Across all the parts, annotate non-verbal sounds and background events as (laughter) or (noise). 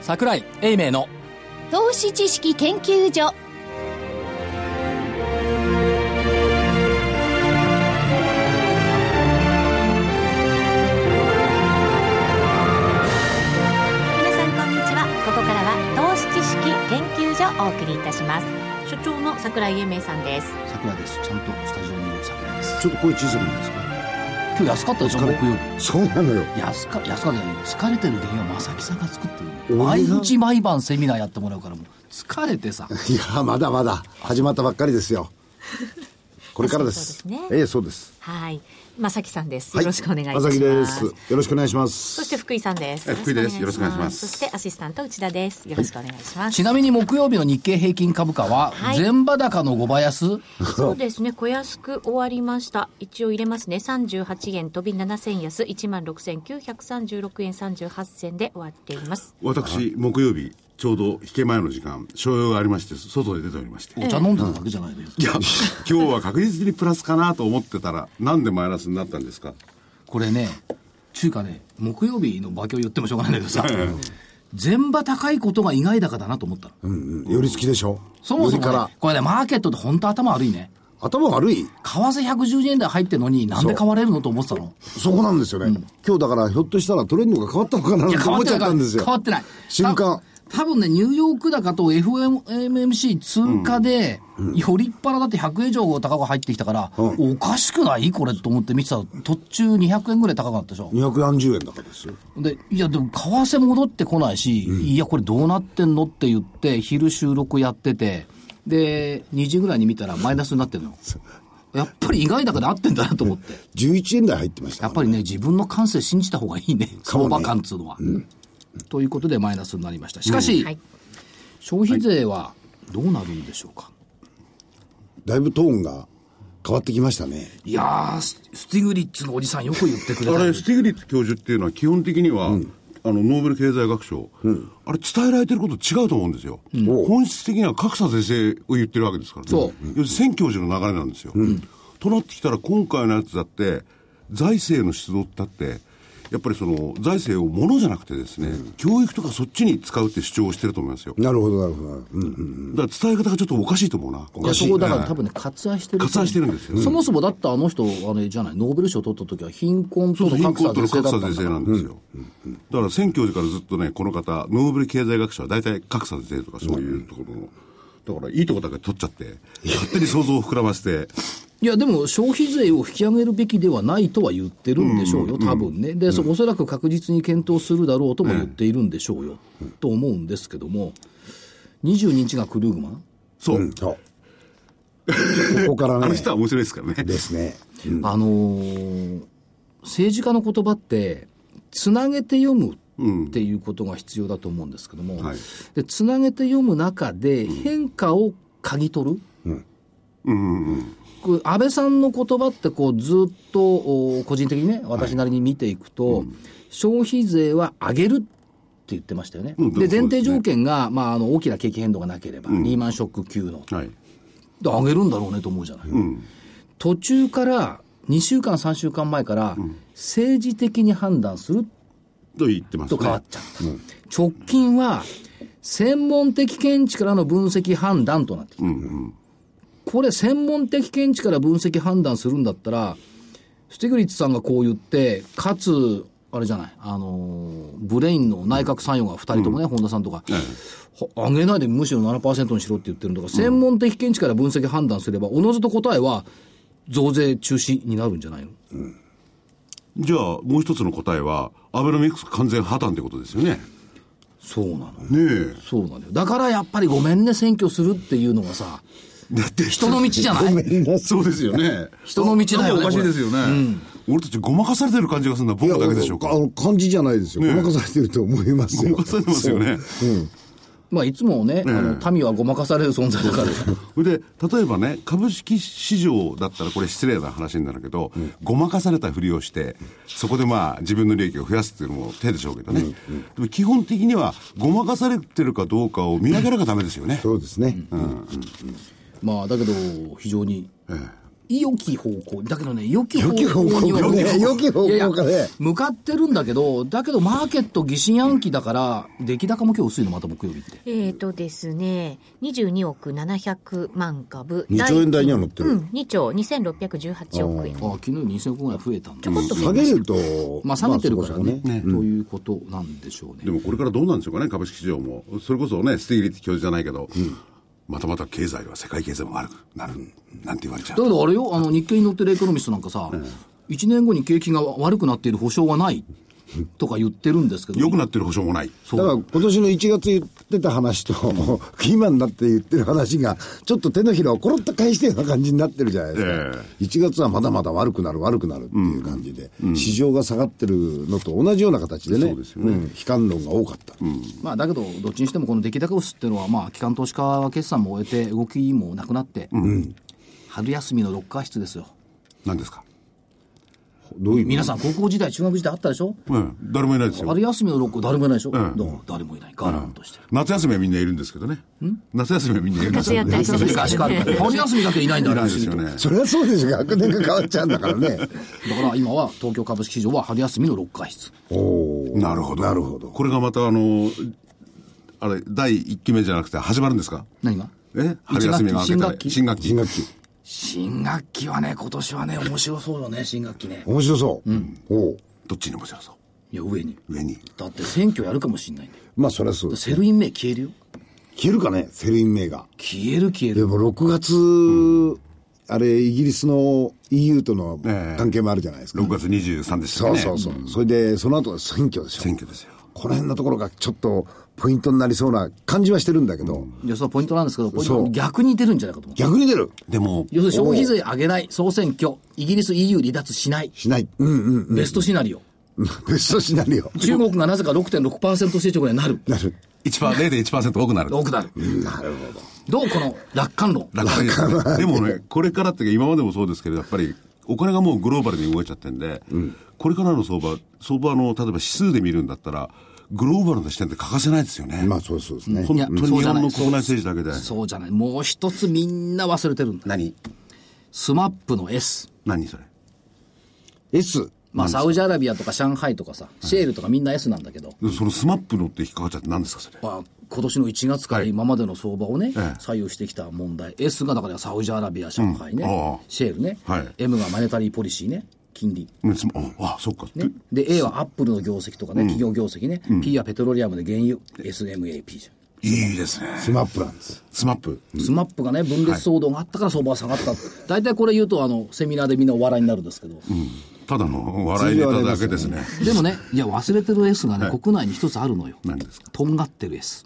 桜井英明の投資知識研究所皆さんこんにちはここからは投資知識研究所をお送りいたします所長の桜井英明さんです桜ですちゃんとスタジオにいる桜ですちょっと声小さくないですか今日安かったでしょお疲木れ曜日そうなのよ (laughs) 安か安かったよ疲れてる原因は正木さんが作ってる俺が毎日毎晩セミナーやってもらうからもう疲れて (laughs) さいやまだまだ始まったばっかりですよこれからですそうですねええそうですはい正木さんですはよろしくお願いいたしま朝す、木ですよろしくお願いしまそすして福井さんです。え福井ですそよろししくお願いしますてアシスタント内田です。よろしくお願いします。ちなみに木曜日の日経平均株価ははい全場高の5倍安、そうですね、小安く終わりました。一応入れますね。38円飛び7000安、16,936円38銭で終わっています。私、木曜日、ちょうど引け前の時間、商用がありまして、外へ出ておりまして。お茶飲んでただけじゃないのよ、いや、今日は確実にプラスかなと思ってたら、なんでマイナスになったんですかこれね中華ね木曜日の馬況言ってもしょうがないんだけどさ全場高いことが意外高だなと思ったの、うん寄り付きでしょそもそ寄りかもね、らこれねマーケットって本当頭悪いね頭悪い為替110円台入ってるのになんで買われるのと思ってたのそこなんですよね、今日だからひょっとしたらトレンドが変わったのかな (laughs) と思っちゃったんですよ変わってない。瞬間た多分ね、ニューヨーク高と FOMC 通過で、よりっぱらだって100円以上高が入ってきたから、うおかしくないこれと思って見てたら、途中200円ぐらい高くなったでしょ。 240円だからですよで、いや、でも、為替戻ってこないし、いや、これどうなってんのって言って、昼収録やってて、で、2時ぐらいに見たらマイナスになってるの。やっぱり意外だから合ってんだなと思って。 11円台入ってましやたっからぱりね、自分の感性信じた方がいい (laughs) ね。相場感っつうのは。ということでマイナスになりました。しかし、はい。消費税はどうなるんでしょうか。だいぶトーンが変わってきましたねい、やース、スティグリッツのおじさんよく言ってくれあたれ、ね。スティグリッツ教授っていうのは、基本的には、あの、ノーベル経済学賞、あれ、伝えられてること違うと思うんですよ。本質的には格差是正を言ってるわけですからね。そう要するに、選教授の流れなんですよ。となってきたら、今回のやつだって、財政の出動だって、やっぱりその財政を物じゃなくてですね、教育とかそっちに使うって主張をしてると思いますよ。なるほどなるほどなるほど、うんうん、だから伝え方がちょっとおかしいと思うな。いやそこだからはい多分ね、割愛してる。割愛してるんですよそもそもだってあの人、あれじゃない、ノーベル賞取った時は貧困そとうそう、の貧格差是正困との格だったんだか差是正らなんですよ。だから、選挙時からずっとね、この方、ノーベル経済学者は大体格差是正とかそういうところの、だから、いいとこだけ取っちゃって、勝手に想像を膨らませて、いや、でも消費税を引き上げるべきではないとは言ってるんでしょうよ、多分ね。で、そおそらく確実に検討するだろうとも言っているんでしょうよ、と思うんですけども、22日がクルーグマンそう、そうここからあのね人は面白いですからね。ですねあのー政治家の言葉って、つなげて読むっていうことが必要だと思うんですけども、はいでつなげて読む中で変化を嗅ぎ取る、こう安倍さんの言葉ってこうずっとお個人的にね私なりに見ていくと、消費税は上げるって言ってましたよね。うんで前そう提ですね条件が、まあ、あの大きな景気変動がなければ、リーマンショック級の。はい。で上げるんだろうねと思うじゃない、途中から2週間3週間前から政治的に判断すると言ってまとすね。変わっちゃう、直近は専門的見地からの分析判断となってきた、これ専門的見地から分析判断するんだったらスティグリッツさんがこう言ってかつあれじゃないあのーブレインの内閣参与が2人ともね、本田さんとか、ほ上げないでむしろ7%にしろって言ってるんだから、専門的見地から分析判断すればおのずと答えは増税中止になるんじゃないのじゃあ、もう一つの答えは、アベノミクス完全破綻ってことですよね。そうなのねそうなんだよ。だからやっぱりごめんね、選挙するっていうのがさ、え。だって、人の道じゃないそうですよね。人の道だよねなんかおかしいですよね。俺たちごまかされてる感じがするのは僕だけでしょうかいや。あの感じじゃないですよ。ごまかされてると思いますよ。ごまかされてますよね。まあいつもね、あの民はごまかされる存在だから。それで例えばね株式市場だったらこれ失礼な話になるけど、ごまかされたふりをしてそこでまあ自分の利益を増やすっていうのも手でしょうけどね、でも基本的にはごまかされてるかどうかを見なければダメですよね、そうですね。まあだけど、非常に良き方向だけどね良き方良き方向には向ね。良き方いやいや向かね。向かってるんだけど、だけどマーケット疑心暗鬼だから、出来高も今日薄いの、また木曜日って。えーとですね、22億700万株。二兆円台には乗ってるうん、2兆2618億円。あ昨日2000億ぐらい増えたんだ。下げると、まあ下げてるからまあそねこそこねということなんでしょうね。でもこれからどうなんでしょうかね、株式市場も。それこそね、スティーリッツ教授じゃないけど、またまた経済は、世界経済も悪くなる、なんて言われちゃだう。けどあれよ、あの日経に載ってるエコノミストなんかさ、1年後に景気が悪くなっている保証はないとか言ってるんですけど、良くなってる保証もない。だから今年の1月言ってた話と、 (laughs) 今になって言ってる話が、ちょっと手のひらをコロッと返したような感じになってるじゃないですか。え1月はまだまだ悪くなる、悪くなるっていう感じで、市場が下がってるのと同じような形でね、そうですよねん悲観論が多かった。まあ、だけど、どっちにしてもこの出来高薄っていうのは、まあ、機関投資家は決算も終えて、動きもなくなって、春休みのロッカー室ですよ。何ですかどういう意味皆さん、高校時代、中学時代あったでしょうん、誰もいないですよ春。休みのロッカー、誰もいないでしょ、ええどうも誰もいない、ガランとしてる。夏休みはみんないるんですけどね。夏休みはみんないるんですけど (laughs) 夏休みいは昔から春休みだけいないんだ、なあいれで不思議すよとね。それはそうですよ。学年が変わっちゃうんだから (laughs) ね。だから今は東京株式市場は春休みのロッカー室。おーなるほど。なるほど。これがまたあの、あれ、第1期目じゃなくて始まるんですか何がえ春休みが明けた新ら学期新学期。新学期。新学期はね、今年はね、面白そうよね、新学期ね。面白そう。おうどっちに面白そいや、上に。う上に。だって選挙やるかもしんないんだよ。まあ、それはそうです。セルイン名消えるよ。消えるかね、セルイン名が。消える消えでる。も6月、あれ、イギリスの EU とのええ関係もあるじゃないですか。 6月23でしたそっうけね。そうそう。それで、その後選挙でしょ。選挙ですよ。この辺のところがちょっとポイントになりそうな感じはしてるんだけど、いや、そのポイントなんですけど、ポインそトう逆に出るんじゃないかと思う。逆に出るでも、要するに消費税上げない、総選挙、イギリス EU 離脱しない、しない。うんうん。 (laughs) ベストシナリオ。ベストシナリオ。中国がなぜか6.6%成長ぐらいになる。なる。 1%、0.1%多くな (laughs) る。多くなる。なるほど。どうこの楽観論。楽観ですねでもね、これからっていうか今までもそうですけど、やっぱり、お金がもうグローバルに動いちゃってんで、これからの相場、相場の、例えば指数で見るんだったら、グローバルな視点って欠かせないですよね。まあそうそうですね。本当にいやそう日じゃ本ないの国内政治だけで。そうじゃない。もう一つみんな忘れてるんだ。何スマップの S。何それ S。まあ、サウジアラビアとか上海とかさ、シェールとかみんな S なんだけど、そのスマップのって引っかかっちゃって何ですかそれ。まあ、今年の1月からはい今までの相場をね、ええ左右してきた問題、S がだからサウジアラビア、上海ね、うんああシェールね、はい M がマネタリーポリシーね、金利。うんスマああ、そっか。ね、で A はアップルの業績とかね、企業業績ね、P はペトロリアムで原油 SMAP じゃんいいですね。スマップなんです。スマップ。スマップがね、分裂騒動があったから相場は下がった。大体これ言うと、あの、セミナーでみんなお笑いになるんですけど。ただの笑いネタだけですね。でもね、いや、忘れてる S がね、国内に一つあるのよ。何ですかとんがってる S。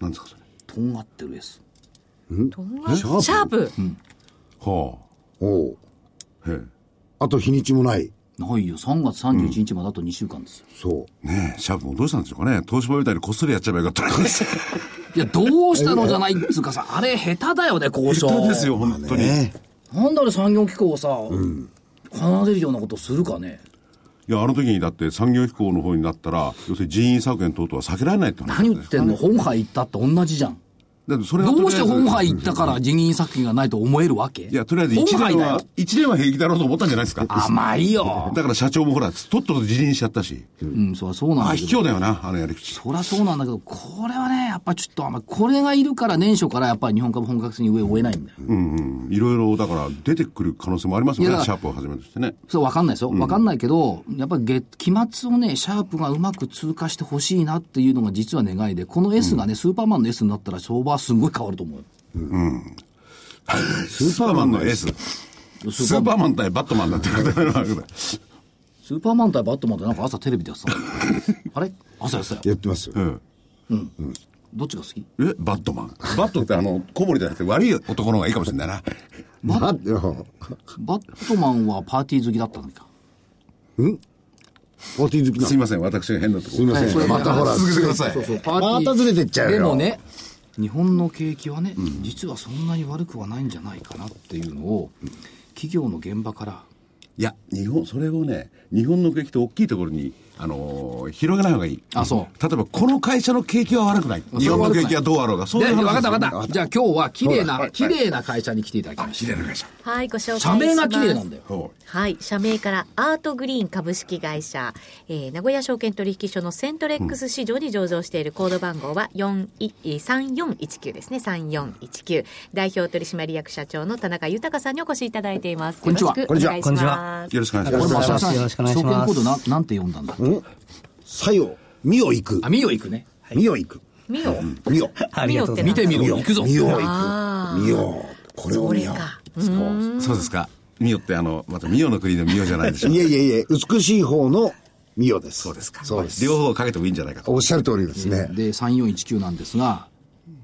何ですかそれ。とんがってる S。とんがシャープはおうあ。へあと日にちもない。ないよ、3月31日まであと2週間ですよ。そう。え。ねえ、シャープもどうしたんでしょうかね。東芝みたいにこっそりやっちゃえばよかったのに。 (laughs) いや、どうしたのじゃないっつうか (laughs) さ、あれ下手だよね、交渉。下手ですよ、本当に。ねなんであれ産業機構をさ、離れるようなことするかね。いや、あの時にだって産業飛行の方になったら、要するに人員削減等々は避けられないって話何言ってんの本杯行ったって同じじゃん。だってそれはとりどうあしえずて本杯行ったから人員削減がないと思えるわけいいや、とりあえず1本年杯だよは、。一年は平気だろうと思ったんじゃないですか。甘いよ。だから社長もほら、とっとと辞任しちゃったし。うん、そりゃそうなんあ、だけ卑ど。怯だよな、あのやり口。そりゃそうなんだけど、これはね、やっぱちょっと、あんまこれがいるから年初からやっぱり日本株本格的に上を追えないんだよ。うんうん。いろいろ、だから出てくる可能性もありますよいやだかね、らシャープをはじめとしてね。そう、わかんないですよ。わかんないけど、やっぱり月、期末をね、シャープがうまく通過してほしいなっていうのが実は願いで、この S がね、スーパーマンの S になったら相場はすごい変わると思うよ。スーパーマンのエース。スーパーマン対バットマンだってことになるわけだ。スーパーマン対バットマンってなんか朝テレビでやって (laughs) たのあれ朝やってたよ。やってますよ。うん。どっちが好きえバットマン。バットってあの、小森じゃなくて悪い男の方がいいかもしれないな。まあ、よバットマンはパーティー好きだったのか。パーティー好きなのすいません、私が変なとこすいまはいそせれん。またほら、続けてくださいそうそう、パーティまー。たずれてっちゃうよ。でも。ね、日本の景気はね、実はそんなに悪くはないんじゃないかなっていうのを、企業の現場から、いや、日本、それをね、日本の景気と大きいところにあのー広げない方がいい。あそう例えば、この会社の景気は悪くない。日本の景気はどうあろうが。そうで、いう話分かったです分よかった。じゃあ今日は綺麗は、ない綺麗な会社に来ていただきまし綺麗な会社。はい、ご紹た。介しま社す。名が綺麗なんだよ。そはい。社名からアートグリーン株式会社、えー名古屋証券取引所のセントレックス市場に上場しているコード番号は4えー3419ですね。3419。代表取締役社長の田中豊さんにお越しいただいています。こんにちはよろしくお願いしこんにちまはう。す。よろしくお願いしこまれす。も浅田さん、よろしくお願いし証ます券コードなん、なんて読んだんださよ、みよ行くあ、。見よ行くね。みよ行く。ミオ。みよ。ありがとうござい見ますて。みろ、行くぞ。みよあ行く。みよ。これをこ見れよう。か。そうそうですか。ミオって、あの、またミオの国のミオじゃないでしょいえいえいえ、美しい方のみよです。そうですかそうです。両方かけてもいいんじゃないかと。おっしゃる通りですね。で、3419なんですが、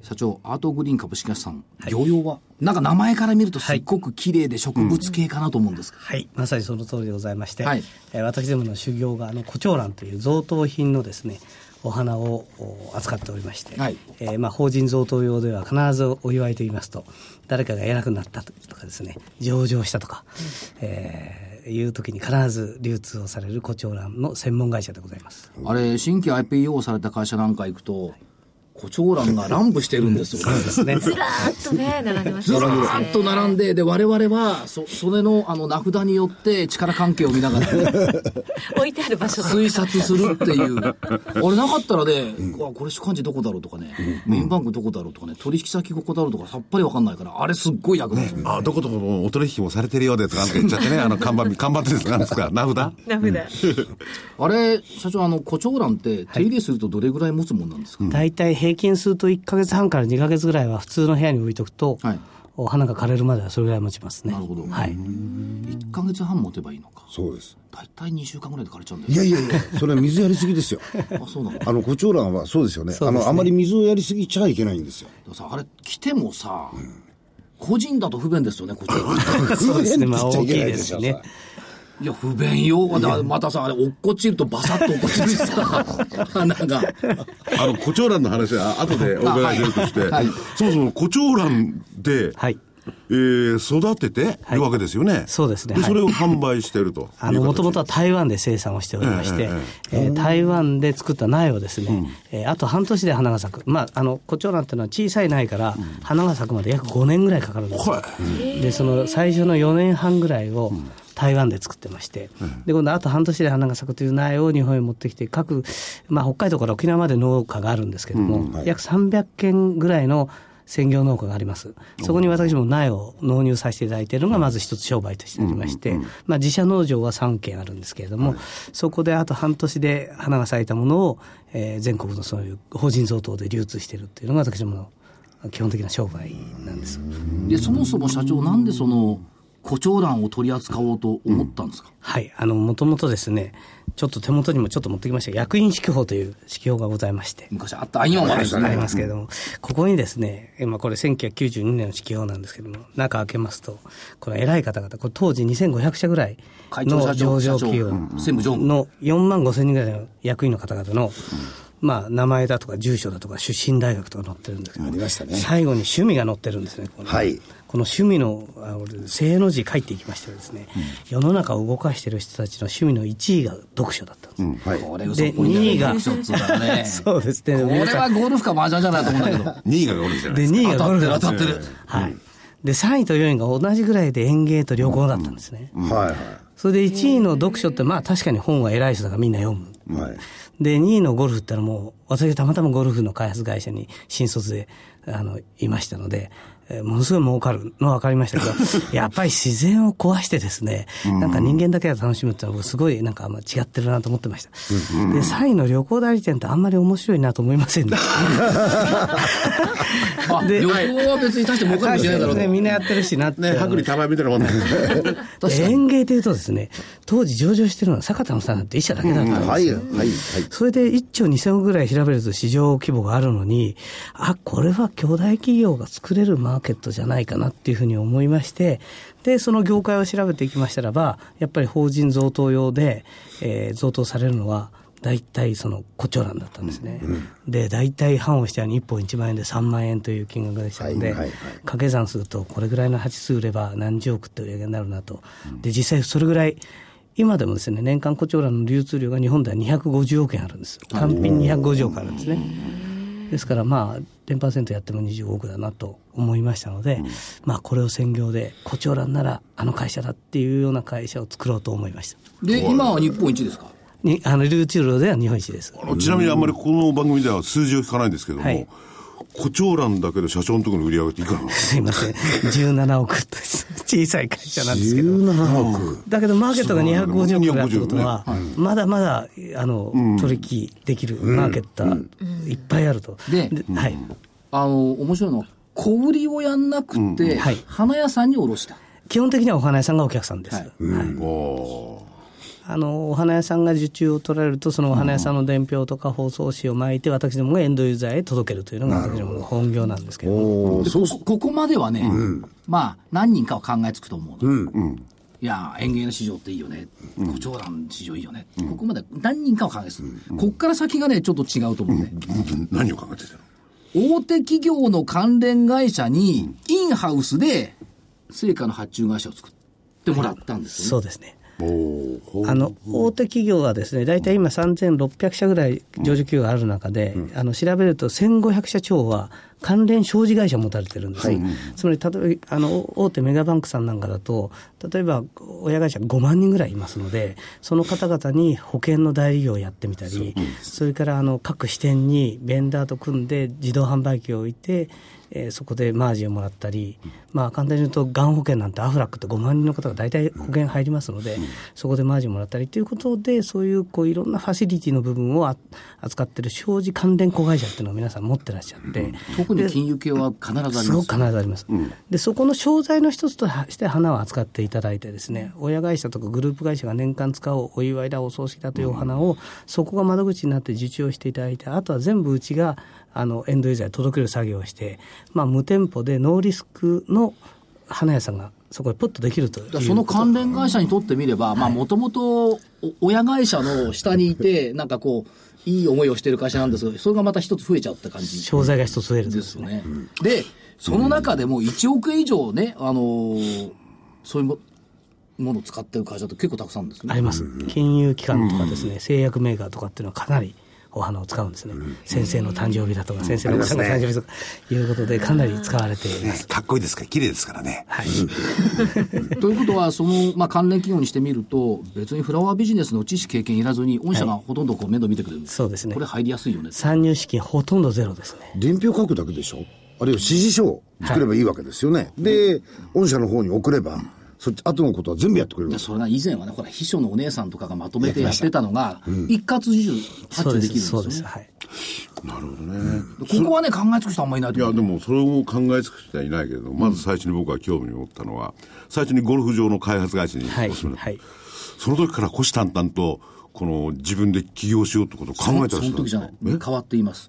社長、アートグリーン株式会社さん、業用はなんか名前から見るとすっごく綺麗で植物系かなと思うんですが。はい、まさにその通りでございまして、はいえー私どもの修行があの胡蝶蘭という贈答品のですねお花をお扱っておりまして、はいえーまあ、法人贈答用では必ずお祝いと言いますと誰かが偉くなったとかですね上場したとか、えーいう時に必ず流通をされる胡蝶蘭の専門会社でございます。あれ、新規 IPO をされた会社なんか行くと、胡蝶蘭が乱舞してるんですよ。ですね。ずらーっとね、並んでますずね。らーっと並んで、で、我々は、そ、それの、あの、名札によって力関係を見ながら、置いてある場所推察するって (laughs) いう。あれなかったらね、あこれ主幹事どこだろうとかね、メインバンクどこだろうとかね、取引先ここだろうとかさっぱりわかんないから、あれすっごい役立つ。あ、どこどこもお取引もされてるようでとかなんか言っちゃ (laughs) ってね、あの、看板見、看板ってなんですか、名札名札。あれ、社長、あの、胡蝶蘭って手入れするとどれぐらい持つもんなんですか、大体平均すると1ヶ月半から2ヶ月ぐらいは普通の部屋に置いとくと、はいお花が枯れるまではそれぐらい持ちますね。なるほどはい。 ?1 ヶ月半持てばいいのか。そうです。大体2週間ぐらいで枯れちゃうんだいよ。やいやいや、それは水やりすぎですよ。あ、そうなのだあの、胡蝶蘭はそうですよね。あうですねの、あまり水をやりすぎちゃいけないんですよ。からさ、あれ、来てもさ、個人だと不便ですよね、胡蝶蘭。 (laughs) そうですね。まあ不便大ってきい言っちゃけなでですししょね。いや、不便よ。だからまたさ、あれ、落っこちるとバサッと落っこちるしさ、 (laughs) 花が。あの、胡蝶蘭の話 (laughs) は後でお伺いするとして、そもそも胡蝶蘭で、はいえー育ててるわけですよね。そうですねで、はいそれを販売してるという形。 (laughs) あの、もともとは台湾で生産をしておりまして、えー台湾で作った苗をですね、えーあと半年で花が咲く。まあ、あの、胡蝶蘭っていうのは小さい苗から花が咲くまで約5年ぐらいかかるんですよ。で、その最初の4年半ぐらいを台湾で作ってまして、で、今度あと半年で花が咲くという苗を日本へ持ってきて、各、まあ、北海道から沖縄まで農家があるんですけども、約300軒ぐらいの専業農家があります。そこに私も苗を納入させていただいているのがまず一つ商売としてありまして、まあ自社農場は3軒あるんですけれども、そこであと半年で花が咲いたものを、えー全国のそういう法人贈答で流通しているっていうのが私どもの基本的な商売なんです。で、そもそも社長、なんでその、胡蝶蘭を取り扱おうと思ったんですか、はい。あの、もともとですね、ちょっと手元にもちょっと持ってきました役員式法という式法がございまして、昔あった、あ、今もあるんですありね。ますけれども、ここにですね、今これ1992年の指揮法なんですけども、中開けますと、この偉い方々、これ当時2500社ぐらい会長社の長上社長場企業うん専務常務の4万5000人ぐらいの役員の方々の、まあ、名前だとか住所だとか出身大学とか載ってるんですけど、ありましたね最後に趣味が載ってるんですね、ここにはいこの趣味の、あ俺正の字書いていきましてですね、世の中を動かしてる人たちの趣味の1位が読書だったんです。はい。これ嘘っぽいんだよで二位が嘘っつうからね。 (laughs) そうですね。これはゴルフか麻雀じゃないと思うんだ2位がおるんじゃないで、ですか。 2位けど。がゴ当ルフだたっったてる当たってる。はい。で、3位と4位が同じぐらいで園芸と旅行だったんですね。はいそれで1位の読書って、まあ確かに本は偉い人だからみんな読む。はい。はい。で、2位のゴルフってのはもう、私がたまたまゴルフの開発会社に新卒で、あの、いましたので、えーものすごい儲かるのは分かりましたけど、 (laughs) やっぱり自然を壊してですね、なんか人間だけが楽しむってのは僕すごいなんかあんま違ってるなと思ってました。で、3位の旅行代理店ってあんまり面白いなと思いません (laughs) でした。あ、で旅行は別に大して儲かるしないだろうとね、みんなやってるしなって。ね、薄利多売みたいなもんなん (laughs) ですね確かに園芸というとですね、当時上場してるのは坂田のさんなんて一社だけだったんですよ、はい。はい。それで1兆2000億ぐらい調べると市場規模があるのに、あ、これは巨大企業が作れるマーケットじゃないかなっていうふうに思いまして、で、その業界を調べていきましたらば、やっぱり法人贈答用で、えー贈答されるのは、大体その胡蝶蘭だったんですね。で、大体半をしてあの1本1万円で3万円という金額でしたので、はいはいはい掛け算するとこれぐらいの鉢数売れば何十億って売り上げになるなと。で、実際それぐらい今でもですね、年間コチョウランの流通量が日本では250億円あるんです。単品250億あるんですね。ですからまあ、10%やっても25億だなと思いましたので、まあこれを専業で、コチョウランならあの会社だっていうような会社を作ろうと思いました。で、今は日本一ですかにあの流通量では日本一です。あのちなみにあんまりこの番組では数字を聞かないんですけども、はい胡蝶蘭だけど社長のところの売り上げっていくらなのすいません。17億と小さい会社なんですけど。 17億。だけどマーケットが250億ぐらいってことは250、まだまだ、あの、取引できるマーケットはいっぱいあると。ではい。あの、面白いのは、小売りをやんなくて、はい花屋さんに卸した。基本的にはお花屋さんがお客さんです。はいはいおあの、お花屋さんが受注を取られると、そのお花屋さんの伝票とか包装紙を巻いて、私どもがエンドユーザーへ届けるというのが私どもの本業なんですけども。おーでそうこここまではね、まあ、何人かは考えつくと思うの。いやー、園芸の市場っていいよね。胡蝶蘭市場いいよね。ここまで何人かは考えつく。こっから先がね、ちょっと違うと思うね。ー何を考えてたの大手企業の関連会社に、インハウスで、成果の発注会社を作ってもらったんですよね。そうですね。あの大手企業はですね、大体今、3600社ぐらい上場企業がある中で、あの調べると1500社超は関連商事会社を持たれてるんです、つまり例えばあの大手メガバンクさんなんかだと、例えば親会社5万人ぐらいいますので、その方々に保険の代理業をやってみたり、それからあの各支店にベンダーと組んで、自動販売機を置いて、えーそこでマージンをもらったり、まあ、簡単に言うと、がん保険なんてアフラックって5万人の方が大体保険入りますので、そこでマージンもらったりということで、そういうこういろんなファシリティの部分をあ扱ってる商事関連子会社っていうのを皆さん持ってらっしゃって、特に金融系は必ずあります。すごく必ずあります、でそこの商材の一つとして花を扱っていただいてですね親会社とかグループ会社が年間使おうお祝いだお葬式だというお花を、そこが窓口になって受注をしていただいてあとは全部うちがあのエンドユーザーに届ける作業をして、まあ、無店舗でノーリスクの花屋さんがそこでポッとできるというだからその関連会社にとってみれば、まあ、もともと、親会社の下にい (laughs) て、なんかこう、いい思いをしてる会社なんですが、それがまた一つ増えちゃった感じ商材が一つ増えるんでですすねよね。で、その中でも1億円以上ね、あのーそういうもものを使ってる会社って結構たくさんあるんですあね。ります金融機関とかですね、製薬メーカーとかっていうのはかなりお花を使うんですね、先生の誕生日だとか、先生のお子さんの誕生日とかいうことでかなり使われています、かっこいいですから、綺麗ですからね。はい、ということは、その、まあ、関連企業にしてみると、別にフラワービジネスの知識経験いらずに、御社がほとんどこう面倒見てくれるんです、そうですねこれ入りやすいよね。参入資金ほとんどゼロですね伝票書くだけでしょあるいは指示書を作ればいいわけですよね。で、御社の方に送れば、そっち、後のことは全部やってくれるでそれが以前はね、ほら、秘書のお姉さんとかがまとめてやってたのが、一括授受そ発う注できるでんですすそようですね。はいここはね、考えつく人あんまりいないいとや思う。でもそれを考えつく人はいないけれどまず最初に僕が興味を持ったのは最初にゴルフ場の開発会社にはいお勤めだった、 (laughs) はいその時から虎視眈々とこの自分で起業しようってことを考えてそらっのしゃるん時でじすゃかない。変わっています。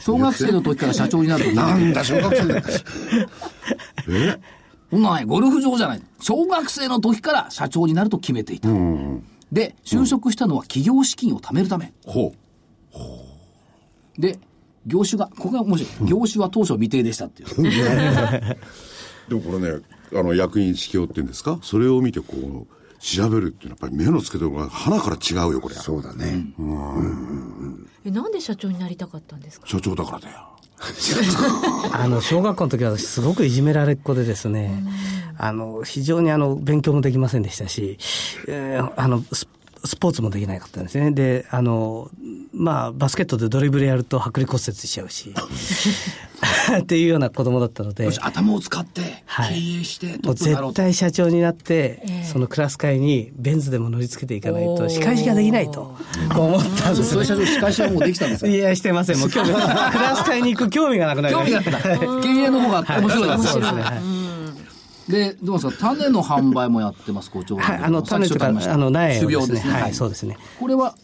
小学生の時から社長になると。なんだ、小学生だ。そんなね、ゴルフ場じゃない。小学生の時から社長になると決めていた。で、就職したのは企業資金を貯めるため。ほで、業種が、ここが面白い。業種は当初未定でしたっていう。うでもこれねあの役員指揮っていうんですかそれを見てこう調べるっていうのはやっぱり目の付けどころが花から違うよこれそうだね。えなんで社長になりたかったんですか社長だから (laughs) だよあの小学校の時は私すごくいじめられっ子でですね、あの非常にあの勉強もできませんでしたし、えーあのススポーツもできなかったんですね。で、あの、まあ、バスケットでドリブルやると剥離骨折しちゃ (laughs) うし、っていうような子供だったので。よし頭を使って、はい経営して、もトうップになろ絶うと。対社長になって、ええそのクラス会にベンズでも乗り付けていかないおーと、仕返しができないと思ったんですそれ社長、司会者はもうできたんですよい。や、してません。もう興味、ク (laughs) ラス会に行く興味がなくなり興ま味しがあたっ。た。経営の方が面白いです。そうですね。はいで、どうですか、種の販売もやってます、校長。はい、あの、種とか、あの、苗種をで苗すでね。すね。はい、そうですね。これは、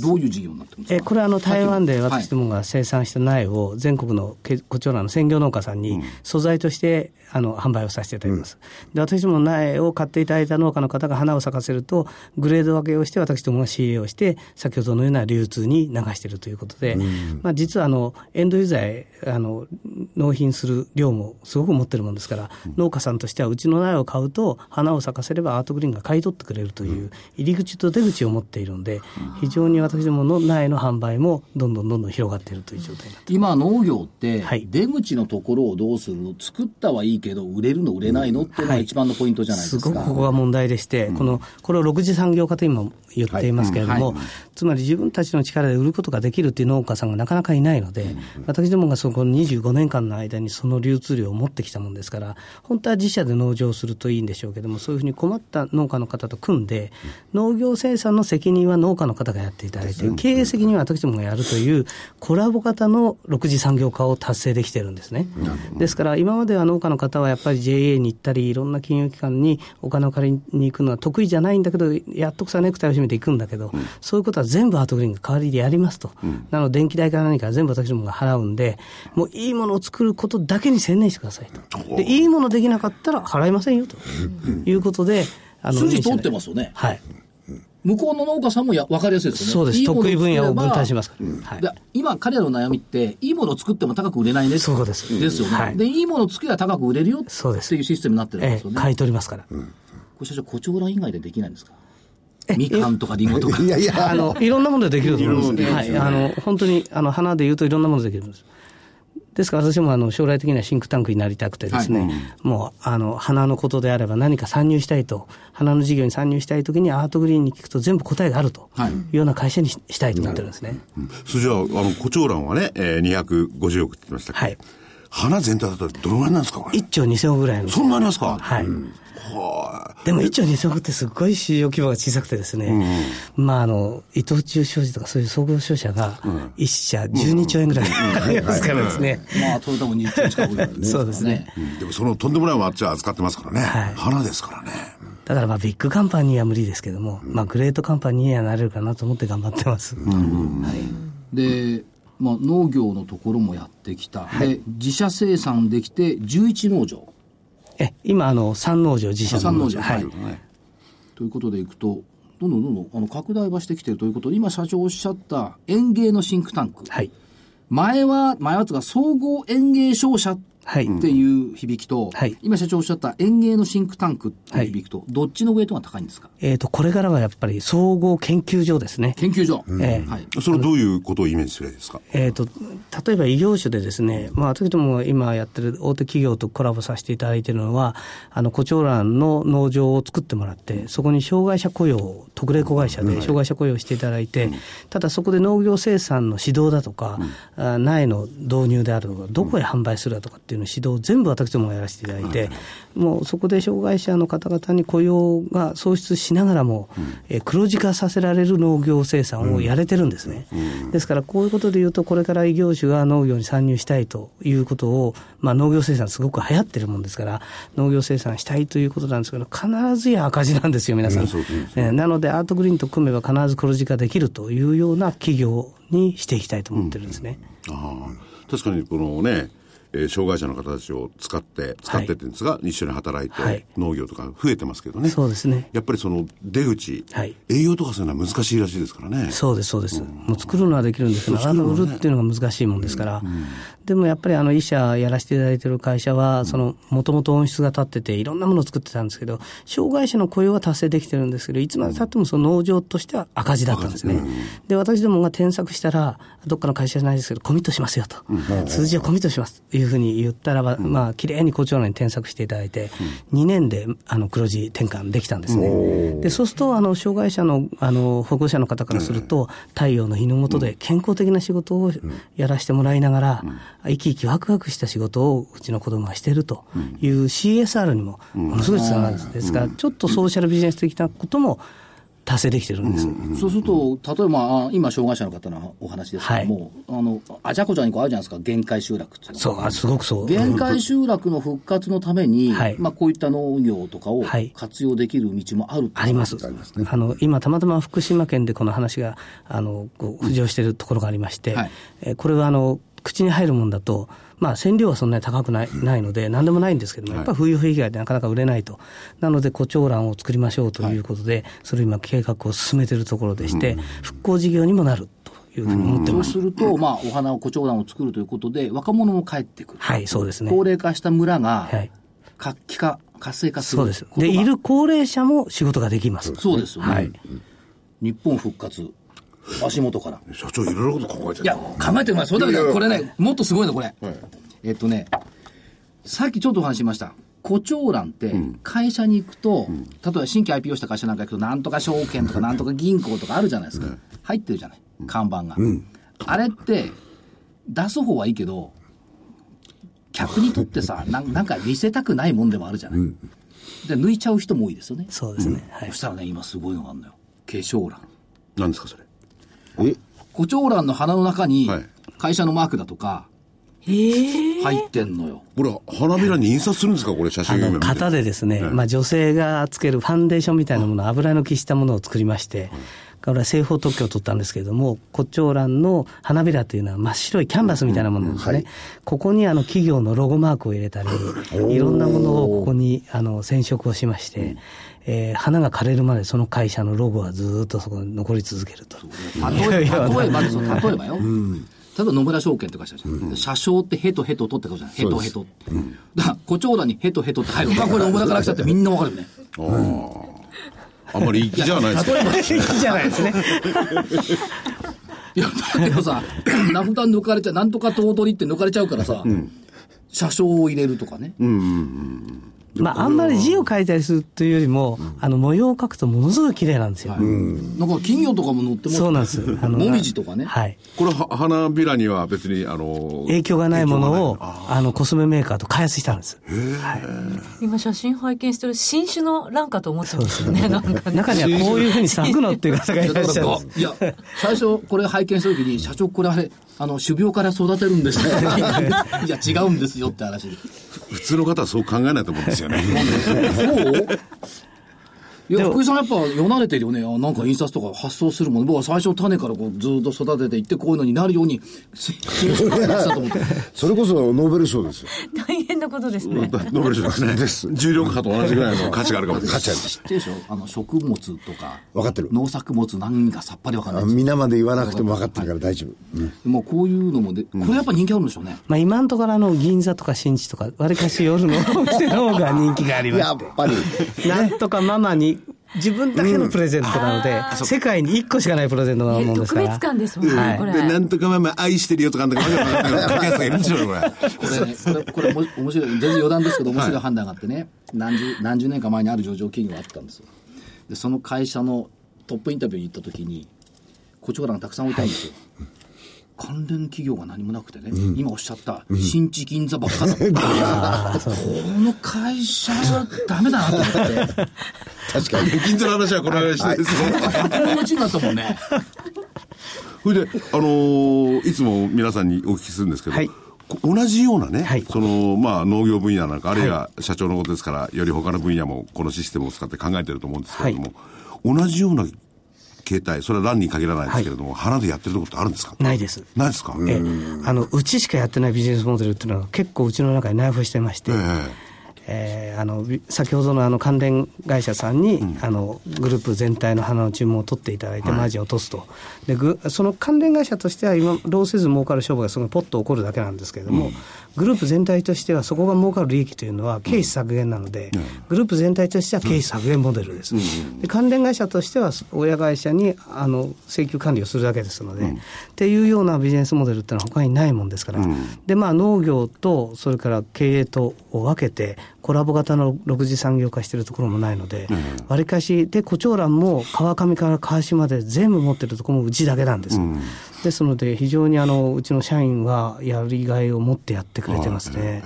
どういう事業になってるんですえかこれはあの台湾ではい私どもが生産した苗を全国のけコチョウランの専業農家さんに素材としてあの販売をさせていただきます、で私どもの苗を買っていただいた農家の方が花を咲かせるとグレード分けをして私どもが仕入れをして先ほどのような流通に流しているということで、まあ、実はあのエンドユーザーへあの納品する量もすごく持ってるもんですから、農家さんとしてはうちの苗を買うと花を咲かせればアートグリーンが買い取ってくれるという入り口と出口を持っているので非常に私どもの苗の販売もどんどんどんどん広がっているという状態になって今農業ってはい出口のところをどうするの作ったはいいけど売れるの売れないのっていうのが一番のポイントじゃないですすごか、くここが問題でして、このこれを6次産業化と今言っていますけれども、つまり自分たちの力で売ることができるっていう農家さんがなかなかいないので、私どもがそこの25年間の間にその流通量を持ってきたもんですから、本当は自社で農場をするといいんでしょうけども、そういうふうに困った農家の方と組んで、農業生産の責任は農家の方がやっていただいて、経営責任は私どもがやるという、コラボ型の6次産業化を達成できてるんですね。ですから、今までは農家の方はやっぱり JA に行ったり、いろんな金融機関にお金を借りに行くのは得意じゃないんだけど、やっとくさネクタイを締めていくんだけど、そういうことは全部アートグリーンが代わりでやりますと。なので、電気代から何から全部私どもが払うんで、もういいものを作ることだけに専念してくださいと。で、いいものできなかったら払いませんよということで、あ筋通ってますよねはい。向こうの農家さんもや分かりやすいですよねそうですいいもの得意分野を作れば分担しますからうんはいで今彼らの悩みっていいものを作っても高く売れないねそうですですよね、はいでいいものを作れば高く売れるよってそうですいうシステムになってるんでえすよえ、ね、買い取りますから。これ社長胡蝶蘭以外でできないんですかみかんとかりんごとかいやいや、 (laughs) あの、いろんなものでできると思いいろんなものま。ですできはますい。ねあの、本当に、あの、花で言うといろんなものでできるんです。ですから私もあの将来的にはシンクタンクになりたくてですね、はいもうあの花のことであれば何か参入したいと、花の事業に参入したいときにアートグリーンに聞くと全部答えがあるとはいいうような会社にししたいと思ってるんですね。それじゃあ、あの、胡蝶蘭はね、えー、250億って言ってましたけど、はい花全体だとどのぐらいなんですか、これ。 1兆2000億ぐらいの。そんなありますかはい。はでも1兆2000億ってすごい市場規模が小さくてですね、まああの、伊藤忠商事とかそういう総合商社が1社12兆円ぐらいありますからですね。まあトヨタも日中近くぐらいですからそうですねいでもそのとんでもないものあっちは扱ってますからね。はい花ですからね。だからまあビッグカンパニーは無理ですけども、まあグレートカンパニーにはなれるかなと思って頑張ってます。で、まあ、農業のところもやってきた、で自社生産できて11農場え、今あの、三農場自社の三農場ははいい。ということでいくとどんどんどんどんあの拡大はしてきてるということで今社長おっしゃった園芸のシンクタンク、はい。前は前はつか総合園芸商社ってはいいう響きと、はい今社長おっしゃった園芸のシンクタンクっていう響きと、どっちのウェイトが高いんですかえっ、と、これからはやっぱり総合研究所ですね。研究所、ええはい、それはどういうことをイメージすればいいですかえー、と例えば異業種でですね、まあ、私どもが今やってる大手企業とコラボさせていただいているのは、あの、コチョウランの農場を作ってもらって、そこに障害者雇用を、特例子会社で障害者雇用をしていただいて、ただそこで農業生産の指導だとか、あ苗の導入であるとか、どこへ販売するだとかっていうのを指導を全部私どもがやらせていただいて、もうそこで障害者の方々に雇用が創出しながらも、えー黒字化させられる農業生産をやれてるんですね。ですからこういうことで言うと、これから異業種が農業に参入したいということを、まあ農業生産すごく流行ってるもんですから、農業生産したいということなんですけど、必ずや赤字なんですよ、皆さん。えーなのでアートグリーンと組めば必ず黒字化できるというような企業にしていきたいと思ってるんですね。ああ確かにこのね、えー障害者の方たちを使って使ってってんですが、一緒に働いて、はい農業とか増えてますけどねそうですねやっぱりその出口、はい栄養とかそういうのは難しいらしいですからねそうです、そうです。もう作るのはできるんですけど、なかなか売るっていうのが難しいもんですから。でもやっぱりあの、医者やらせていただいてる会社は、その、もともと温室が立ってて、いろんなものを作ってたんですけど、障害者の雇用は達成できてるんですけど、いつまでたってもその農場としては赤字だったんですね。で、私どもが添削したら、どっかの会社じゃないですけど、コミットしますよと。数字をコミットしますというふうに言ったらば、まあ、綺麗に校長欄に添削していただいて、2年で、あの、黒字転換できたんですね。で、そうすると、あの、障害者の、あの、保護者の方からすると、太陽の日の下で健康的な仕事をやらせてもらいながら、生き生きワクワクした仕事をうちの子供がしてるという CSR にも、ものすごいつながるんです。ですから、ちょっとソーシャルビジネス的なことも、達成できてるんです。そうすると、例えば、まあ今、障害者の方のお話ですけども、あの、あちゃこちゃにこうあるじゃないですか、限界集落っていうのはそう、あすごくそう。限界集落の復活のために、はいまあ、こういった農業とかをはい活用できる道もあるってあります。あの、今、たまたま福島県でこの話が、あの、こう浮上しているところがありまして、はいえーこれは、あの、口に入るもんだと、まあ、線量はそんなに高くないないので、なんでもないんですけども、やっぱり冬冬以外でなかなか売れないと。なので、胡蝶蘭を作りましょうということで、それを今、計画を進めているところでして、復興事業にもなるというふうに思ってそまうす。すると、まあ、お花を胡蝶蘭を作るということで、若者も帰ってくる。はい、そうですね。高齢化した村がはい、活気化、活性化するそうことでが。す。で、いる高齢者も仕事ができます。そうですよね。はい日本復活、足元から。社長いろいろなこと考えていや、る考えてます。それだけだこれね、もっとすごいの、これ。えっとね、さっきちょっとお話ししました。胡蝶蘭って、会社に行くと、例えば新規 IPO した会社なんか行くと、なんとか証券とか、なんとか銀行とかあるじゃないですか。入ってるじゃない、看板が。あれって、出す方はいいけど、客にとってさ、なんなんか見せたくないもんでもあるじゃない。で、抜いちゃう人も多いですよね。そうですね。はいそ。したらね、今すごいのがあるのよ。化粧欄。何ですかそれえ胡蝶蘭の花の中にはい、会社のマークだとか、入ってんのよ。これ花びらに印刷するんですかこれ写あ真有名のな型でですね、まあ、女性がつけるファンデーションみたいなものを油のきしたものを作りまして、これは製法特許を取ったんですけれども、胡蝶蘭の花びらというのは真っ白いキャンバスみたいなものなんですね。ここにあの企業のロゴマークを入れたり、いろんなものをここにあの染色をしまして、えー花が枯れるまでその会社のロゴはずーっとそこに残り続ける (laughs) と。例えば、例えばですよ、例えばよ。例えば野村証券とかしたじゃん。社証ってヘトヘト取ってことじゃん。ヘトヘトって。だから、胡蝶蘭にヘトヘトって入る。まあ、これ野村から来たってみんなわかるよね。あんまり粋じゃないですかじゃないですね。いや、だけど (laughs) さ、名札抜かれちゃう、なんとか頭取って抜かれちゃうからさ、社証を入れるとかね。まあ、あんまり字を書いたりするというよりも、あの模様を書くとものすごい綺麗なんですなよ。んか企業とかも載ってますそうなんです。あの (laughs) もみじとかね。はい。これは花びらには別にあの影響がないものを、あの、コスメメーカーと開発したんです。今写真拝見してる新種の蘭かと思ってますよね。なんかね (laughs) 中にはこういうふうに咲くのっていう方がいいや、だらっかしゃらるんこ (laughs) です。ういや、最初これ拝見した時に、社長これあれ、あの、種苗から育てるんですよ。 (laughs) いや、違うんですよって話。普通の方はそう考えないと思うんですよねそう (laughs) いでや、も福井さんやっぱ、よなれてるよね。あなんか印刷とか発想するもん。僕は最初種からこう、ずっと育てていって、こういうのになるように、ししたと思って。 (laughs) それこそノーベル賞ですよ。大変なことですね。ノーベル賞ですね重力波と同じぐらいの価値があるかもしれない価値ありま知す。ってるでしょあの、食物とか、わかってる農作物何かさっぱりわかんなあいです。皆まで言わなくても分かってるから大丈夫。うんもうこういうのもで、これやっぱ人気あるんでしょうね。まあ今のところあの、銀座とか新地とか、わりかし夜のお店の方が人気がありまやしっぱり。て。なんとかママに、自分だけのプレゼントなので、世界に1個しかないプレゼントなもんです特から。別感ですもんね、はいこれ。でなんとかママ愛してるよとか (laughs) なんとかわけわかんない書くやつがいるんでしょうねこれこ (laughs) れね、これ、これも面白い、全然余談ですけど、面白い判断があってね、何十、何十年か前にある上場企業があったんですよ。で、その会社のトップインタビューに行った時に、胡蝶蘭がたくさん置いたんですよ。関連企業が何もなくてね、今おっしゃった、新地銀座ばっかだ (laughs) った。この会社はダメだなと思って、 (laughs) 確 (laughs) かに。銀座の話はこの話してですね頭持ちになったもんね。それで、あのーいつも皆さんにお聞きするんですけど、はいこ同じようなね、はいその、まあ、農業分野なんか、あるいは社長のことですから、より他の分野もこのシステムを使って考えてると思うんですけれども、同じような形態、それは蘭に限らないですけれども、花でやってるところってあるんですかないです。ないですかええあの、うちしかやってないビジネスモデルっていうのは結構うちの中に内包してまして、えーあのび先ほどのあの関連会社さんに、あのグループ全体の花の注文を取っていただいて、マージンを落とすと、でぐその関連会社としては、今、労せず儲かる商売がそのポッと起こるだけなんですけれども、グループ全体としては、そこが儲かる利益というのは経費削減なので、グループ全体としては経費削減モデルです、で関連会社としては、親会社にあの請求管理をするだけですので、っていうようなビジネスモデルっていうのは、他にないもんですから、でまあ、農業と、それから経営とを分けて、コラボ型の6次産業化してるところもないので、わりかし、で、胡蝶蘭も川上から川島で全部持ってるところもうちだけなんです。ですので、非常にあのうちの社員はやりがいを持ってやってくれてますね。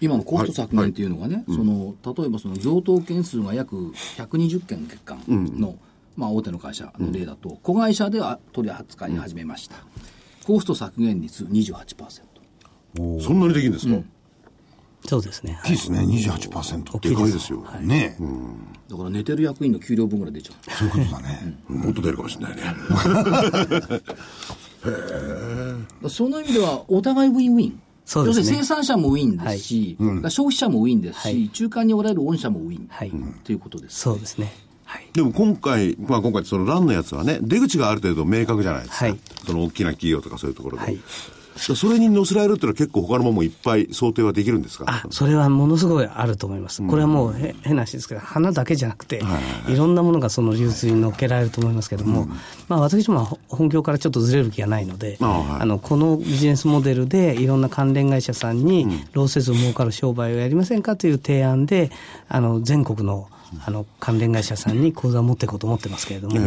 今のコスト削減っていうのがね、その例えばその贈答件数が約120件の月間のまあ、大手の会社の例だと、子会社では取り扱い始めました、コスト削減率28%そんなにできるんですか、そうですね。大きいですね、28%。でかいですよ。ねえ、だから寝てる役員の給料分ぐらい出ちゃうそういうことだね。もっと出るかもしれないねだから (laughs) その意味ではお互いウィンウィンそうですね要るに生産者もウィンですし、消費者もウィンですし、中間におられる御社もウィン、はいということです。そうですね。はい。でも今回、まあ、今回そのランのやつはね出口がある程度明確じゃないですか、はいその大きな企業とかそういうところで、はいそれに乗せられるっていうのは結構他のものもいっぱい想定はできるんですかあ、それはものすごいあると思います。これはもうへ変な話ですけど、花だけじゃなくて、いろんなものがその流通に乗っけられると思いますけども、まあ私どもはほ本業からちょっとずれる気がないので、あはいあの、このビジネスモデルでいろんな関連会社さんに、労せず儲かる商売をやりませんかという提案で、あの、全国の、あの、関連会社さんに講座を持っていこうと思ってますけれども、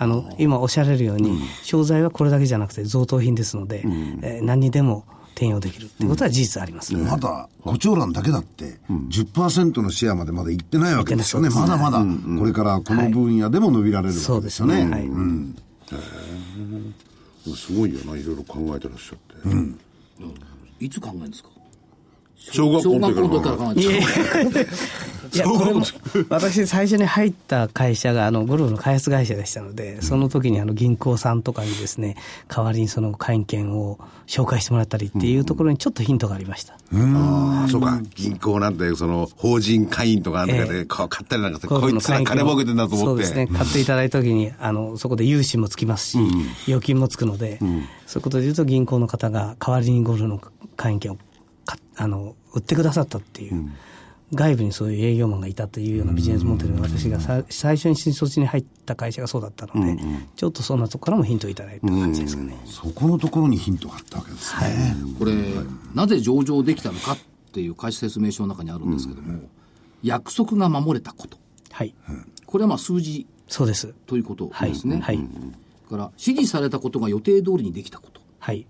あの、今おっしゃられるように、商材はこれだけじゃなくて贈答品ですので、えー何にでも転用できるっていうことは事実あります。まだ、胡蝶蘭だけだって、10%のシェアまでまだ行ってないわけですよね。行ってまなだいまだ、これからこの分野でも伸びられるそわうけでですすよね。ね。はい。すごいよないろいろ考えてらっしゃって、いつ考えるんですか小学校の時から小学校の時から考えてるいや、これも、私最初に入った会社が、あの、ゴルフの開発会社でしたので、その時にあの、銀行さんとかにですね、代わりにその会員権を紹介してもらったりっていうところにちょっとヒントがありました。ああそうか銀行なんてその法人会員とかなんかえでえこう買ったりなんかして、ゴルこフいのつら会員金権を儲けてんだと思ってそうですね、買っていただいた時に、あの、そこで融資もつきますし、預金もつくので、そういうことで言うと銀行の方が代わりにゴルフの会員権を買っ、あの、売ってくださったっていう。外部にそういう営業マンがいたというようなビジネスモデルが私がさ最初に新卒に入った会社がそうだったので、ちょっとそんなとこからもヒントをいただいた感じですかね。そこのところにヒントがあったわけですね。これ、なぜ上場できたのかっていう会社説明書の中にあるんですけども、約束が守れたこと。はい。これはまあ数字そうです。ということはい。ですね。はい。だから、指示されたことが予定通りにできたこと。はい。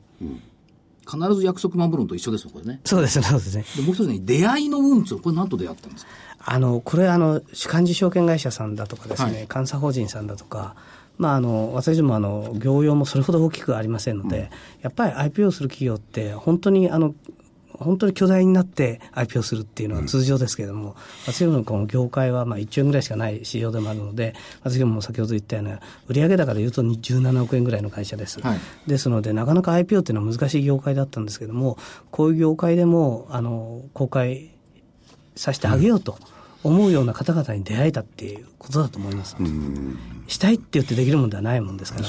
必ず約束守るのと一緒ですよ、これね。そうですね、そうですね。で、もう一つね、出会いの運っていうのはこれ何と出会ったんですかあのこれあの主幹事証券会社さんだとかですね、はい監査法人さんだとか、まあ、あの私どもあの業用もそれほど大きくありませんので、やっぱり IPO する企業って本当にあの本当に巨大になって IPO するっていうのは通常ですけれども、私どものこの業界はまあ1兆円ぐらいしかない市場でもあるので、私どもも先ほど言ったような、売上高でいうと17億円ぐらいの会社です。はいですので、なかなか IPO っていうのは難しい業界だったんですけども、こういう業界でもあの公開させてあげようと思うような方々に出会えたっていうことだと思います、したいって言ってできるもんではないもんですから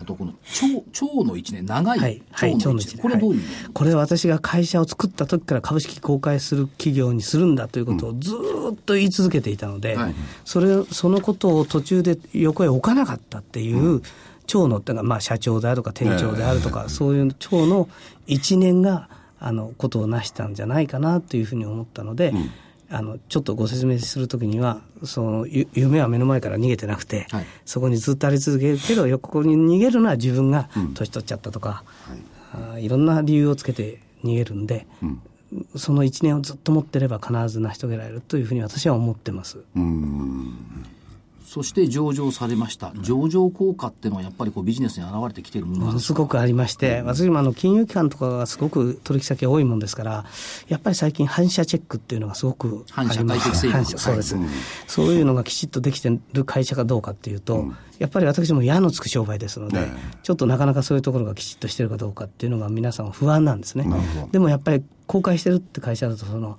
あとこの長長の一年長いはい、長はい、の一長年、の一年これどういう、はこれは私が会社を作った時から株式公開する企業にするんだということをずーっと言い続けていたので、はいそれそのことを途中で横へ置かなかったっていう、長のってのがまあ社長であるとか店長であるとか、そういう長の一年があのことを成したんじゃないかなというふうに思ったので、あのちょっとご説明するときにはそのゆ夢は目の前から逃げてなくて、はいそこにずっとあり続けるけど横に逃げるのは自分が年取っちゃったとか、あーいろんな理由をつけて逃げるんで、その一年をずっと持ってれば必ず成し遂げられるというふうに私は思ってます。そして上場されました、上場効果っていうのはやっぱりこうビジネスに現れてきてるものなもんでのすすごくありまして、私どもあの金融機関とかがすごく取引先が多いもんですから、やっぱり最近、反社チェックっていうのがすごくありまして反社会的制御反社そうです、そういうのがきちっとできてる会社かどうかっていうと、やっぱり私も矢のつく商売ですので、ちょっとなかなかそういうところがきちっとしてるかどうかっていうのが、皆さん不安なんですね。でもやっぱり公開してるって会社だとその、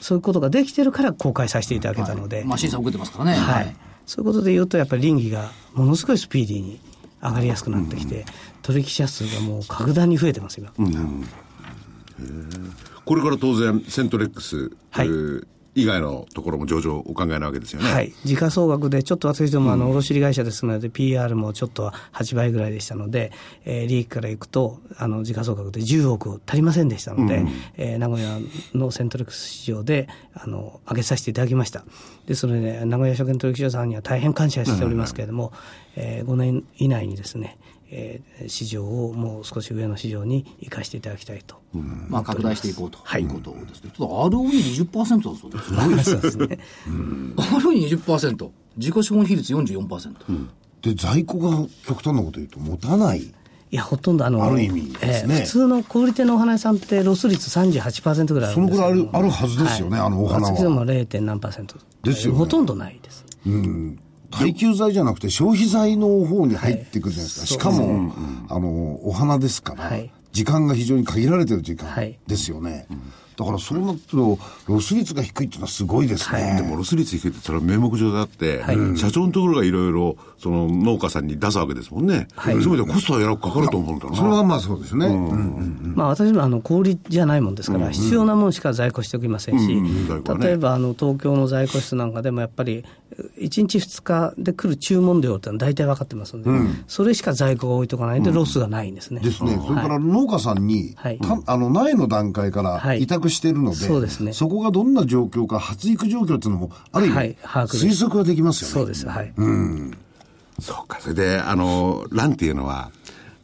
そういうことができてるから公開させていただけたので、まあ、審査を受けてますからね、はい、そういうことで言うと、やっぱり倫理がものすごいスピーディーに上がりやすくなってきて、取引者数がもう格段に増えてます、今。これから当然セントレックス、はいえー以外のところも上場お考えなわけですよね、はい、時価総額で、ちょっと私どもあの卸売会社ですので、PR もちょっと8倍ぐらいでしたので、えー利益からいくと、あの時価総額で10億足りませんでしたので、えー名古屋のセントレックス市場であの上げさせていただきました。ですので、ね、名古屋証券取引所さんには大変感謝しておりますけれども、え5年以内にですね、えー市場をもう少し上の市場に生かしていただきたいと。まあ、拡大していこうということですね、ちょっと ROE20% だそうです、思いますね ROE20%、自己資本比率44%、で、在庫が極端なこと言うと持たない。いや、ほとんどあの、ある意味ですねえー普通の小売店のお花屋さんってロス率38%ぐらいあるんですけどそのぐらいあるあるはずですよねあのお花は私ども 0. 何パーセント。ですよねほとんどないです。耐久財じゃなくて消費財の方に入っていくじゃないですか。しかも、あの、お花ですから、はい時間が非常に限られてる時は間いですよね。だからそうなると、ロス率が低いっていうのはすごいですね。でもロス率低いってそれは名目上であって、社長のところがいろいろその農家さんに出すわけですもんね、はいそういう意味ではコストはえらくかかると思うんだなそれはまあそうですね。うんまあ、私もあの小売りじゃないもんですから、必要なものしか在庫しておきませんし、うんうん在庫はね例えばあの東京の在庫室なんかでもやっぱり、1日2日で来る注文量ってのは大体分かってますので、それしか在庫が置いとかないんで、ロスがないんですね。ですね、それからはい農家さんに、はいたあの苗の段階かはらい委託しているので,、そうですねこがどんな状況か、発育状況っていうのも、ある意味、はい把握です推測ができますよね。そうです、はい。そうかそれであのランっていうのは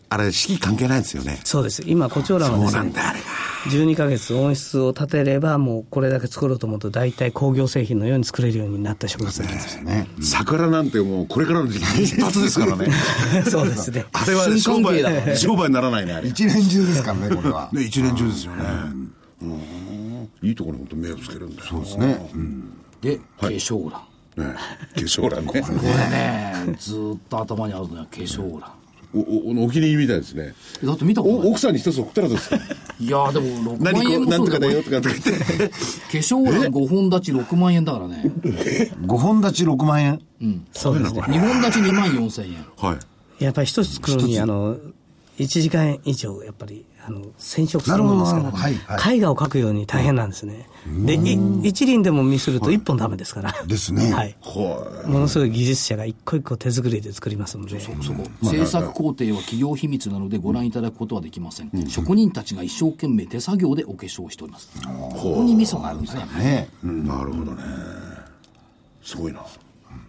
あれ四季関係ないんですよねそうです。今、コチョウランはそでうすなねん、だあれが12ヶ月温室を建てれば、もうこれだけ作ろうと思うと、大体工業製品のように作れるようになった植物なんです。ね。桜なんてもうこれからの時期一発ですからね (laughs) そうですね。 (laughs) あれは新商婚芸だから売商売にならないねあれ一年中ですからね、これは。ね、一年中ですよね。うんいいところに本当目をつけるんだよ。そうですね。ねで化粧欄化粧欄ね。これねずーっと頭にあるのは化粧欄お、お、お気に入りみたいですね。だって見たことお、ない奥さんに一つ送ったらどうですかいやーでも6 (laughs) 何万こ円う、もなんそうとだかよだこれよとかとか言って。化粧欄5本立ち6万円だからね5本立ち6万円。そうですね。 2本立ち2万4千円はい。やっぱり一つ作るのに、あの、1時間以上、やっぱり、あの、染色すなるるほどもんですから、なるほどはいは絵画を描くように大変なんですね。で、い一輪でもミスると一本ダメですから。ですねはい。はものすごい技術者が一個一個手作りで作りますので。制作工程は企業秘密なのでご覧いただくことはできません、職人たちが一生懸命手作業でお化粧をしておりますここにミソがあるんですねね。い。なるほどね。すごいな。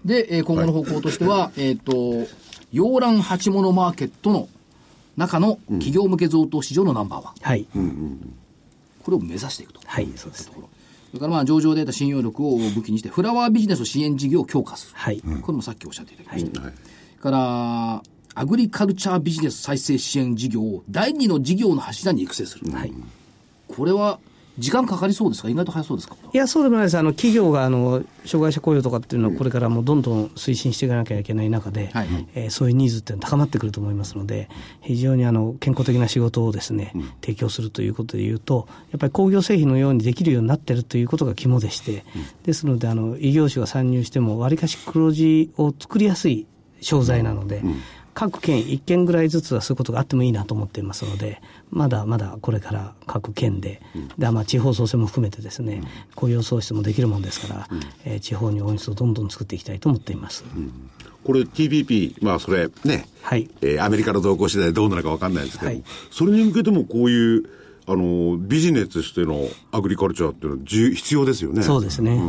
で、えー今後の方向としては、えっ、と洋蘭鉢物マーケットの中の企業向け贈答市場のナンバーワン、はい。これを目指していくとはい、そうですと。ころそれからまあ上場で得た信用力を武器にしてフラワービジネスを支援事業を強化する、はいこれもさっきおっしゃっていただきました、はい。からアグリカルチャービジネス再生支援事業を第二の事業の柱に育成する、はい。これは時間かかりそうですか意外と早そうですかいや、そうでもないです。あの、企業が、あの、障害者雇用とかっていうのは、これからもうどんどん推進していかなきゃいけない中で、はいえーそういうニーズっていうのは高まってくると思いますので、非常に、あの、健康的な仕事をですね、提供するということでいうと、やっぱり工業製品のようにできるようになってるということが肝でして、ですので、あの、異業種が参入しても、わりかし黒字を作りやすい商材なので、各県1県ぐらいずつはそういうことがあってもいいなと思っていますので、まだまだこれから各県で、でまあ、地方創生も含めてですね、雇用創出もできるもんですから、えー地方に温室をどんどん作っていきたいと思っています。これ TPP、まあそれね、はいえーアメリカの動向次第どうなるかわかんないですけど、はいそれに向けてもこういう、あの、ビジネスとしてのアグリカルチャーっていうのは重必要ですよね。そうですね。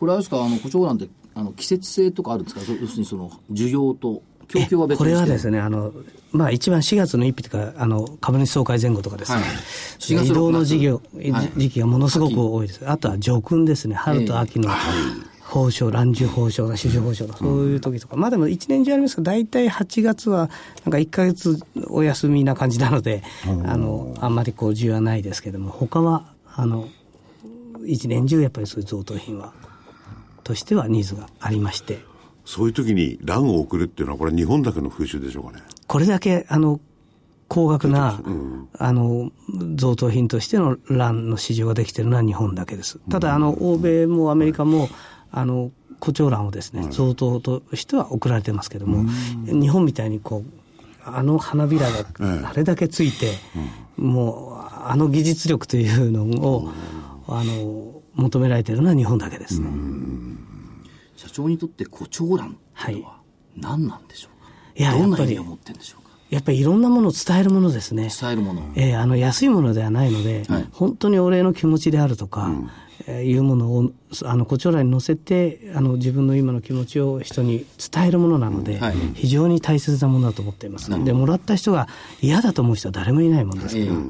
これあれですかあの胡蝶蘭ってあの季節性とかあるんですかそ要するにその需要と供給は別こにれはしてですね、あの、まあ一番4月の一日とか、あの、株主総会前後とかですね、はい4月移動の事業、はい時期がものすごく多いです。あとは叙勲ですね、春と秋の報奨、蘭樹報奨だ、四樹報奨だ、そういう時とか。まあでも一年中ありますけど、大体8月は、なんか1ヶ月お休みな感じなので、あの、あんまりこう需要はないですけども、他は、あの、一年中やっぱりそういう贈答品は、としてはニーズがありまして。そういう時に卵を送るっていうのは、これ日本だけの風習でしょうかね。これだけあの高額な、あの贈答品としてのランの市場ができてるのは日本だけです。ただ、あの欧米もアメリカも、あの胡蝶蘭をですね、贈答としては送られてますけども、日本みたいにこうあの花びらがあれだけついて、もうあの技術力というのを、あの求められてるのは日本だけですね。社長にとって胡蝶蘭っていうのは何なんでしょうか、いやどんなやっぱ意り味を持ってるんでしょうかやっぱりいろんなものを伝えるものですね。伝えるもの、えーあの安いものではないので、はい本当にお礼の気持ちであるとか、えーいうものをあの胡蝶蘭に乗せてあの自分の今の気持ちを人に伝えるものなので、んはい非常に大切なものだと思っています、でもらった人が嫌だと思う人は誰もいないものですから、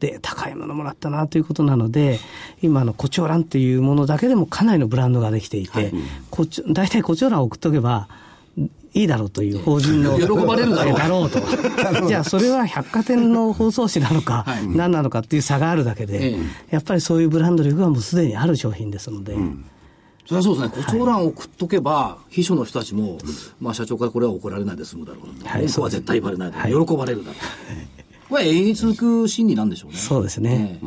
で、高いものもらったなということなので、今あのコチョウランっていうものだけでもかなりのブランドができていて、コチョ大体コチョウランを送っとけば、いいだろうという法人の喜ばれるだろうとじゃあそれは百貨店の包装紙なのか何なのかっていう差があるだけで、ええやっぱりそういうブランド力がもうすでにある商品ですので、それはそうですね、胡蝶蘭を送っとけば、秘書の人たちも、まあ、社長からこれは怒られないで済むだろう、はい文句は絶対バレないだろう、はい喜ばれるだろう、これは永遠に続く心理なんでしょうね。そうですね、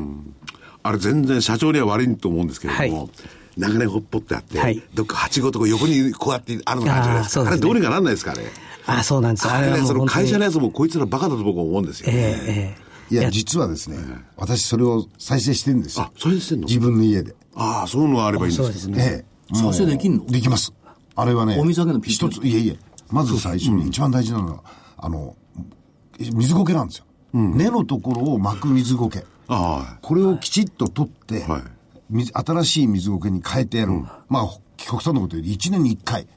あれ全然社長には悪いと思うんですけれども、はい長年ほっぽってあって、はいどっか8ごとこう横にこうやってあるのがあるじゃないですか。あーそうですねあれどうにかなんないですかね。ああそうなんですあれはね、もうその本当に会社のやつもこいつらバカだと僕は思うんですよ。えええいや、実はですね、私それを再生してるんですよあ。、それしてんの自分の家で。ああ、そういうのがあればいいんですけどえね。え。もう再生できんのできます。あれはね、お水だけのピッチ一つ、いえいえ、まず最初に一番大事なのは、あの、水苔なんですよ。根のところを巻く水苔。あこれをきちっと取って、はい水新しい水苔に変えてやる、まあ極端なことより1年に1回、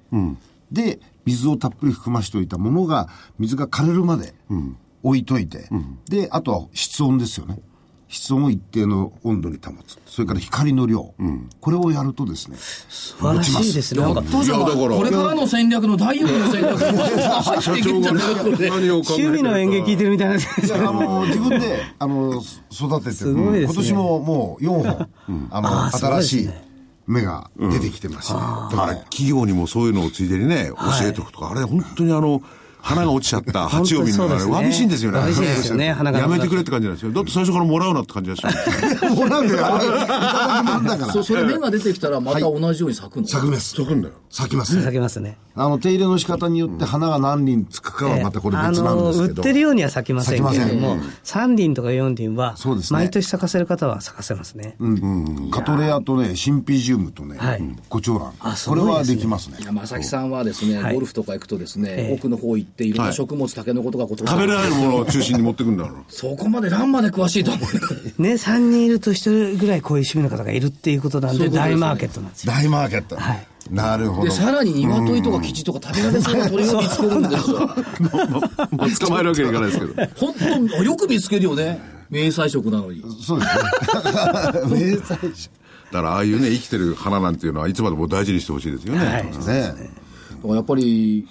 で水をたっぷり含ましておいたものが水が枯れるまで置いといて、であとは室温ですよね室温を一定の温度に保つそれから光の量、これをやるとです (laughs) ね素晴らしいですねなんかどうぞいやだからこれからの戦略の第4の戦略に入っていけんじゃないかこれ何を考えて趣味の演劇聞いてるみたいなあの自分であのそ育ててすごいですね今年ももう4本、あのあー新しすいごいです芽が出てきてますね、だかあられ、企業にもそういうのをついでにね、教えておくとか、あれ本当にあの、花が落ちちゃった蜂を見るのがあれ、 (laughs) 本当にそうですねわびしいんですよね。わびしいで (laughs) すよね花がやめてくれって感じなんですよ。だって最初からもらうなって感じがしますよ。 (laughs) もらうのよあれいただきもんだか (laughs) らそそれ芽が出てきたらまた同じように咲くの、咲きます。咲くんだよ。咲きますかね。けますねあの、手入れの仕方によって花が何輪つくかはまたこれ別なんですけあの売ど。ってるようには咲きませんけれども咲きませんうん3輪とか4輪はそうですね毎年咲かせる方は咲かせますねカトレアとね、シンピジウムとねはい、コチョウラあン。すこごいれですねはできますね。いや正木さんはですね、はいゴルフとか行くとですね、ええ奥の方行っていろんな食物、タケノコとかこう取っ食てべられるものを中心に持ってくん (laughs) だろう。そこまで蘭まで詳しいと思うね3人いると1人ぐらいこういう趣味の方がいるっていうことなんそういでうことですね大マーケットなんですよ大マーケットはい。なるほ (laughs) でど。さらに鶏とかキジとか食べられそうな鳥を見つけるんですよもう捕まえるわけにいかないですけど。本当よく見つけるよね迷彩色なのにそうですね。名産者だからああいうね、生きてる花なんていうのはいつまでも大事にしてほしいですよね。はいね。だからやっぱり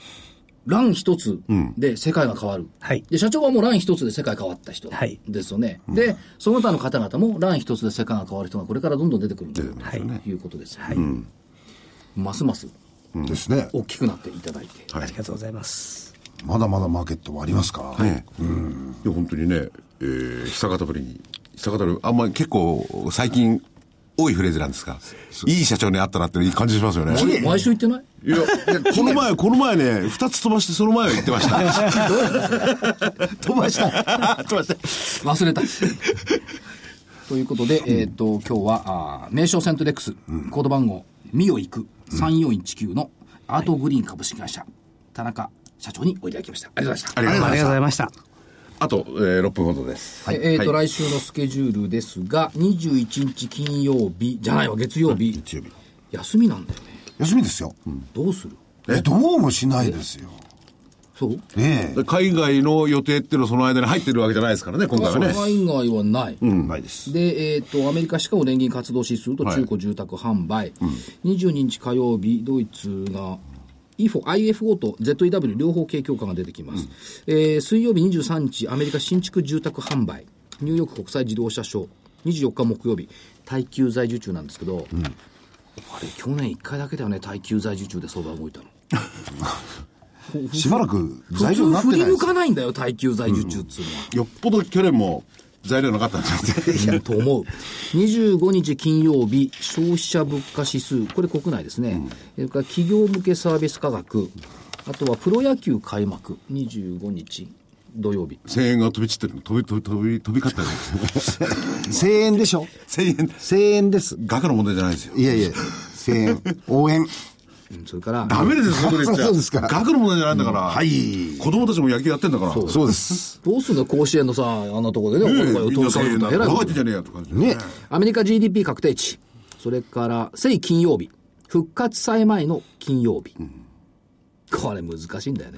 蘭一つで世界が変わる、はいで社長はもう蘭一つで世界変わった人はいですよね、でその他の方々も蘭一つで世界が変わる人がこれからどんどん出てくるんだとはいいうことですよね、うんますますですね。大きくなっていただいて、ありがとうございますまだまだマーケットはありますから。ね、いや本当にね、えー、久方ぶりに久方ぶりあんまり結構最近多いフレーズなんですがいい社長に会ったなっていう感じしますよね毎毎週行ってないいやいやこの前この前ね2つ飛ばしてその前は言ってました飛ばした。飛ばして忘れたということで、えっ、と今日はあー名称セントレックス、コード番号「ミを行く3419」のアートグリーン株式会社、田中社長においただきましたありがとうございましたありがとうごあざいますりがとうございましたあと、えー、6分ほどですえーとはい来週のスケジュールですが、21日金曜日じゃないわ、月曜日、月曜日休みなんだよね、休みですよ。どうするえ、どうもしないですよ。そうええ。海外の予定っていうのはその間に入ってるわけじゃないですからね今回はそれね以外はない、ないです。で、えー、とアメリカシカゴ連銀活動指数と中古住宅販売、22日火曜日ドイツが IFO, IFO と ZEW 両方景況感が出てきます、えー水曜日23日アメリカ新築住宅販売ニューヨーク国際自動車ショー24日木曜日耐久財受注なんですけど、あれ去年1回だけだよね耐久財受注で相場動いたのしばらく普材料通になっ振てないりで向すか。ないんだよ耐久財受注っつうのは、よっぽど去年も材料なかったんですよねと思う。25日金曜日、消費者物価指数、これ国内ですね。それから企業向けサービス価格、あとはプロ野球開幕、25日土曜日。 1000円が飛び散ってるの飛び飛び飛び飛び交って1000円でしょる1000円1000円です。額の問題じゃないですよいやいや、1000円。応援。うんそれから、ダメですよ、そこで言っちゃ。そうですか学の問題じゃないんだから。い子供たちも野球やってんだから。そうそうです。どうすんの甲子園のさ、あんなとこでね、お小遣いをみん投な資声す援るだとか偉ら。いこバとカ言ってんじゃねえよとか。ね。アメリカ GDP 確定値、それから、正金曜日、復活祭前の金曜日。これ難しいんだよ (laughs) ね。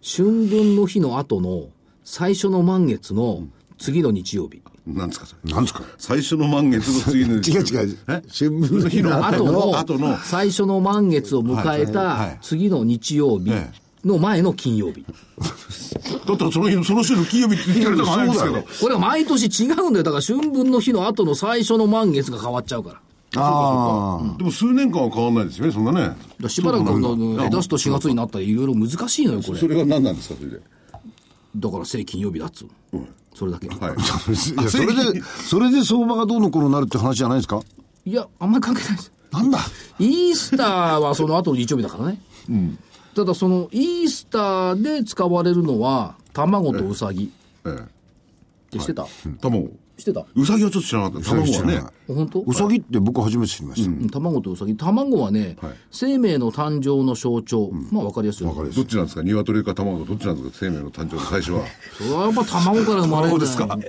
春分の日の後の最初の満月の次の日曜日。なんですかそれなんですか最初の満月の次の違う違うえ春分のの日日のの後後のの後の最初の満月を迎えはいはいはたい次の日曜日えの前の金曜日。だったらその日のその週の金曜日って言ってくれたら早いですけどこれは毎年違うんだよ。だから春分の日の後の最初の満月が変わっちゃうから。だかあでも数年間は変わらないですよねそんなねらしばらくこの下手すと4月になったらいろいろ難しいのよ、これ。それが何なんですかそれでだから正金曜日だっつうのそれだけ。はいいやそれで、それで相場がどうのこうのなるって話じゃないですかいや、あんまり関係ないです。なんだイースターはその後の日曜日だからね。ただそのイースターで使われるのは卵とウサギえってしてた、え卵してたうさぎはちょっと知らなかった卵はね本当うさぎって僕初めて知りました。うん卵とウサギ卵はね、はい生命の誕生の象徴、まあ分かりやすいよねどっちなんですか鶏か卵どっちなんですか生命の誕生の最初はそれはやっぱ卵から生まれるんだよ卵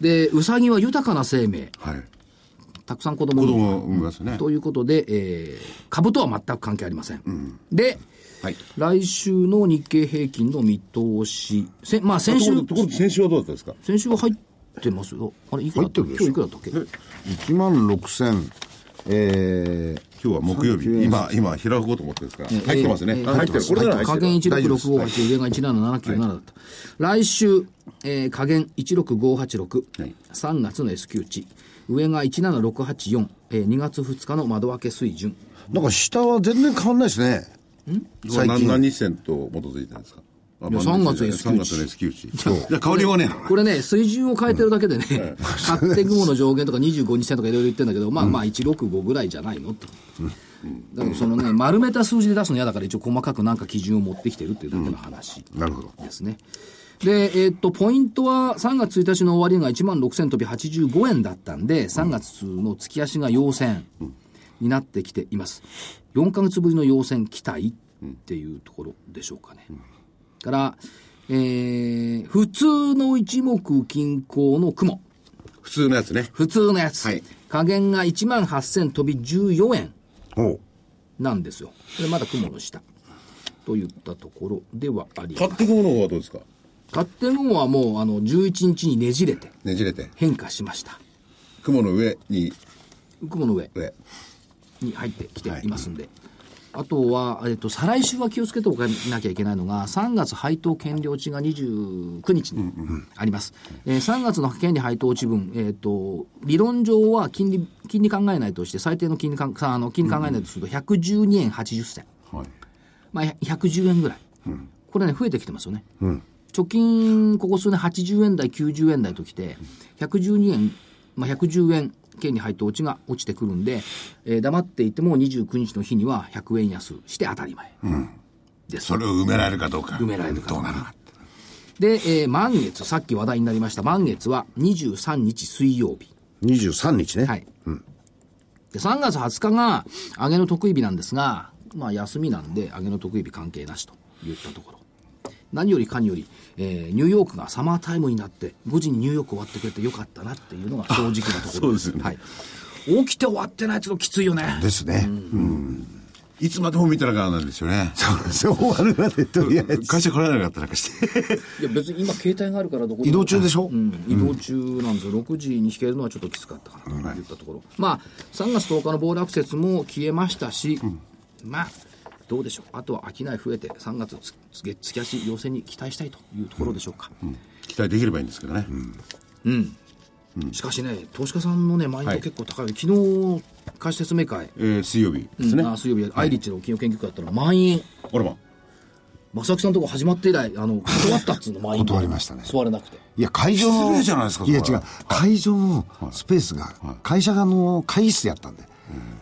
でウサギは豊かな生命はいたくさん子供を子産む供を産みますねということで、えー株とは全く関係ありません、ではい来週の日経平均の見通しせまあ先週ところでところで先週はどうだったですか先週は入ってますよあれいくらだった入ってるでし今ょ日いくらだったっけ1万6000、えー、今日は木曜日今今開こうと思ってるんですが入ってますねあ入ってるこれなら入加って減る16658上が17797だった、来週、えー、加減16586、はい3月の S q 値上が17684、えー、2月2日の窓開け水準なんか下は全然変わんないですね。最近何日線と基づいてるんですかあいや3月 S q 値3月の S q (laughs) 値いや変わりはねこれね水準を変えてるだけでね、勝手雲の上限とか25日線とかいろいろ言ってるんだけど、まあまあ165ぐらいじゃないのと、だからそのね丸めた数字で出すの嫌だから一応細かくなんか基準を持ってきてるっていうだけの話、なるほど。ですね。で、えーっと、ポイントは3月1日の終わりが1万6000飛び85円だったんで、3月の月足が陽線になってきています。4ヶ月ぶりの陽線期待っていうところでしょうかね。から、えー、普通の一目均衡の雲。普通のやつね普通のやつ。はい加減が1万8000飛び14円おうなんですよ。これまだ雲の下。といったところではあります買ってくもの方はどうですか勝手雲はもうあの11日にねじれてねじれて変化しました雲の上に雲の上上に入ってきていますんで、あとは、えっと、再来週は気をつけておかなきゃいけないのが3月配当権利落ちが29日にあります、えー3月の権利配当落ち分、えっと理論上は金利金利考えないとして最低の金利かんあの金利考えないとすると112円80銭、はいまあ、110円ぐらい、これね、増えてきてますよね、貯金、ここ数年、80円台、90円台ときて、112円、まあ、110円、券に入って落ちが落ちてくるんで、えー黙っていても29日の日には100円安して当たり前、それを埋められるかどうか埋められるかどうなるかで、えー満月、さっき話題になりました、満月は23日水曜日。 23日ね。はい。で、3月20日が、上げの得意日なんですが、まあ、休みなんで、上げの得意日関係なしと言ったところ。何よりかにより、えーニューヨークがサマータイムになって、5時にニューヨーク終わってくれてよかったなっていうのが正直なところ (laughs) そうですよねはい。起きて終わってないやつのきついよね。ですね。いつまでも見てなからなんですよね (laughs) そう終わるまでとりあえず。会社来られなかったなんか (laughs) していや、別に今携帯があるからどこ移動中でしょうん、移動中なんですよ、6時に引けるのはちょっときつかったかなといったところ、まあ、3月10日の暴落説も消えましたし、まあ、どうでしょう、あとは商い増えて、3月つつ月月足、要請に期待したいというところでしょうか。期待できればいいんですけどねうんしかしね、投資家さんのね、マインドはい結構高い、昨日会社説明会、えー水曜日ですねあ水曜日、アイリッチの金融研究会だったら、満員、あらま正木さんのとこ始まって以来、あの断ったっつうの、満員、断りましたね座れなくて、いや、会場の。失礼じゃないですかそいれや、違う。会場のスペースが、会社側の会議室やったんで、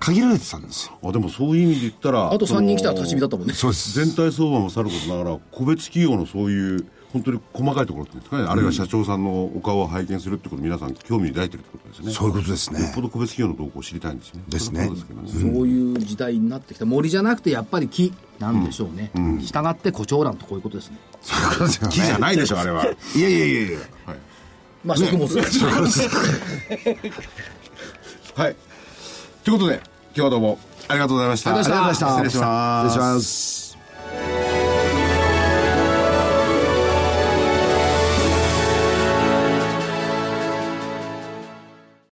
限られてたんですよ。あでもそういう意味で言ったらあと3人来たら立ち見だったたもんね。そうです。全体相場もさることながら個別企業のそういう本当に細かいところっていうんですかねあるいは社長さんのお顔を拝見するってこと皆さん興味抱いてるってことですねそういうことですねよっぽど個別企業の動向を知りたいんですよねですねそういうことですけどねそういう時代になってきた森じゃなくてやっぱり木なんでしょうね、したがって胡蝶蘭とこういうことですねそういうことですよね (laughs) 木じゃないでしょあれはいやいやいやいや。まあ食物、はいということで今日はどうもありがとうございましたありがとうございました。失礼します失礼します。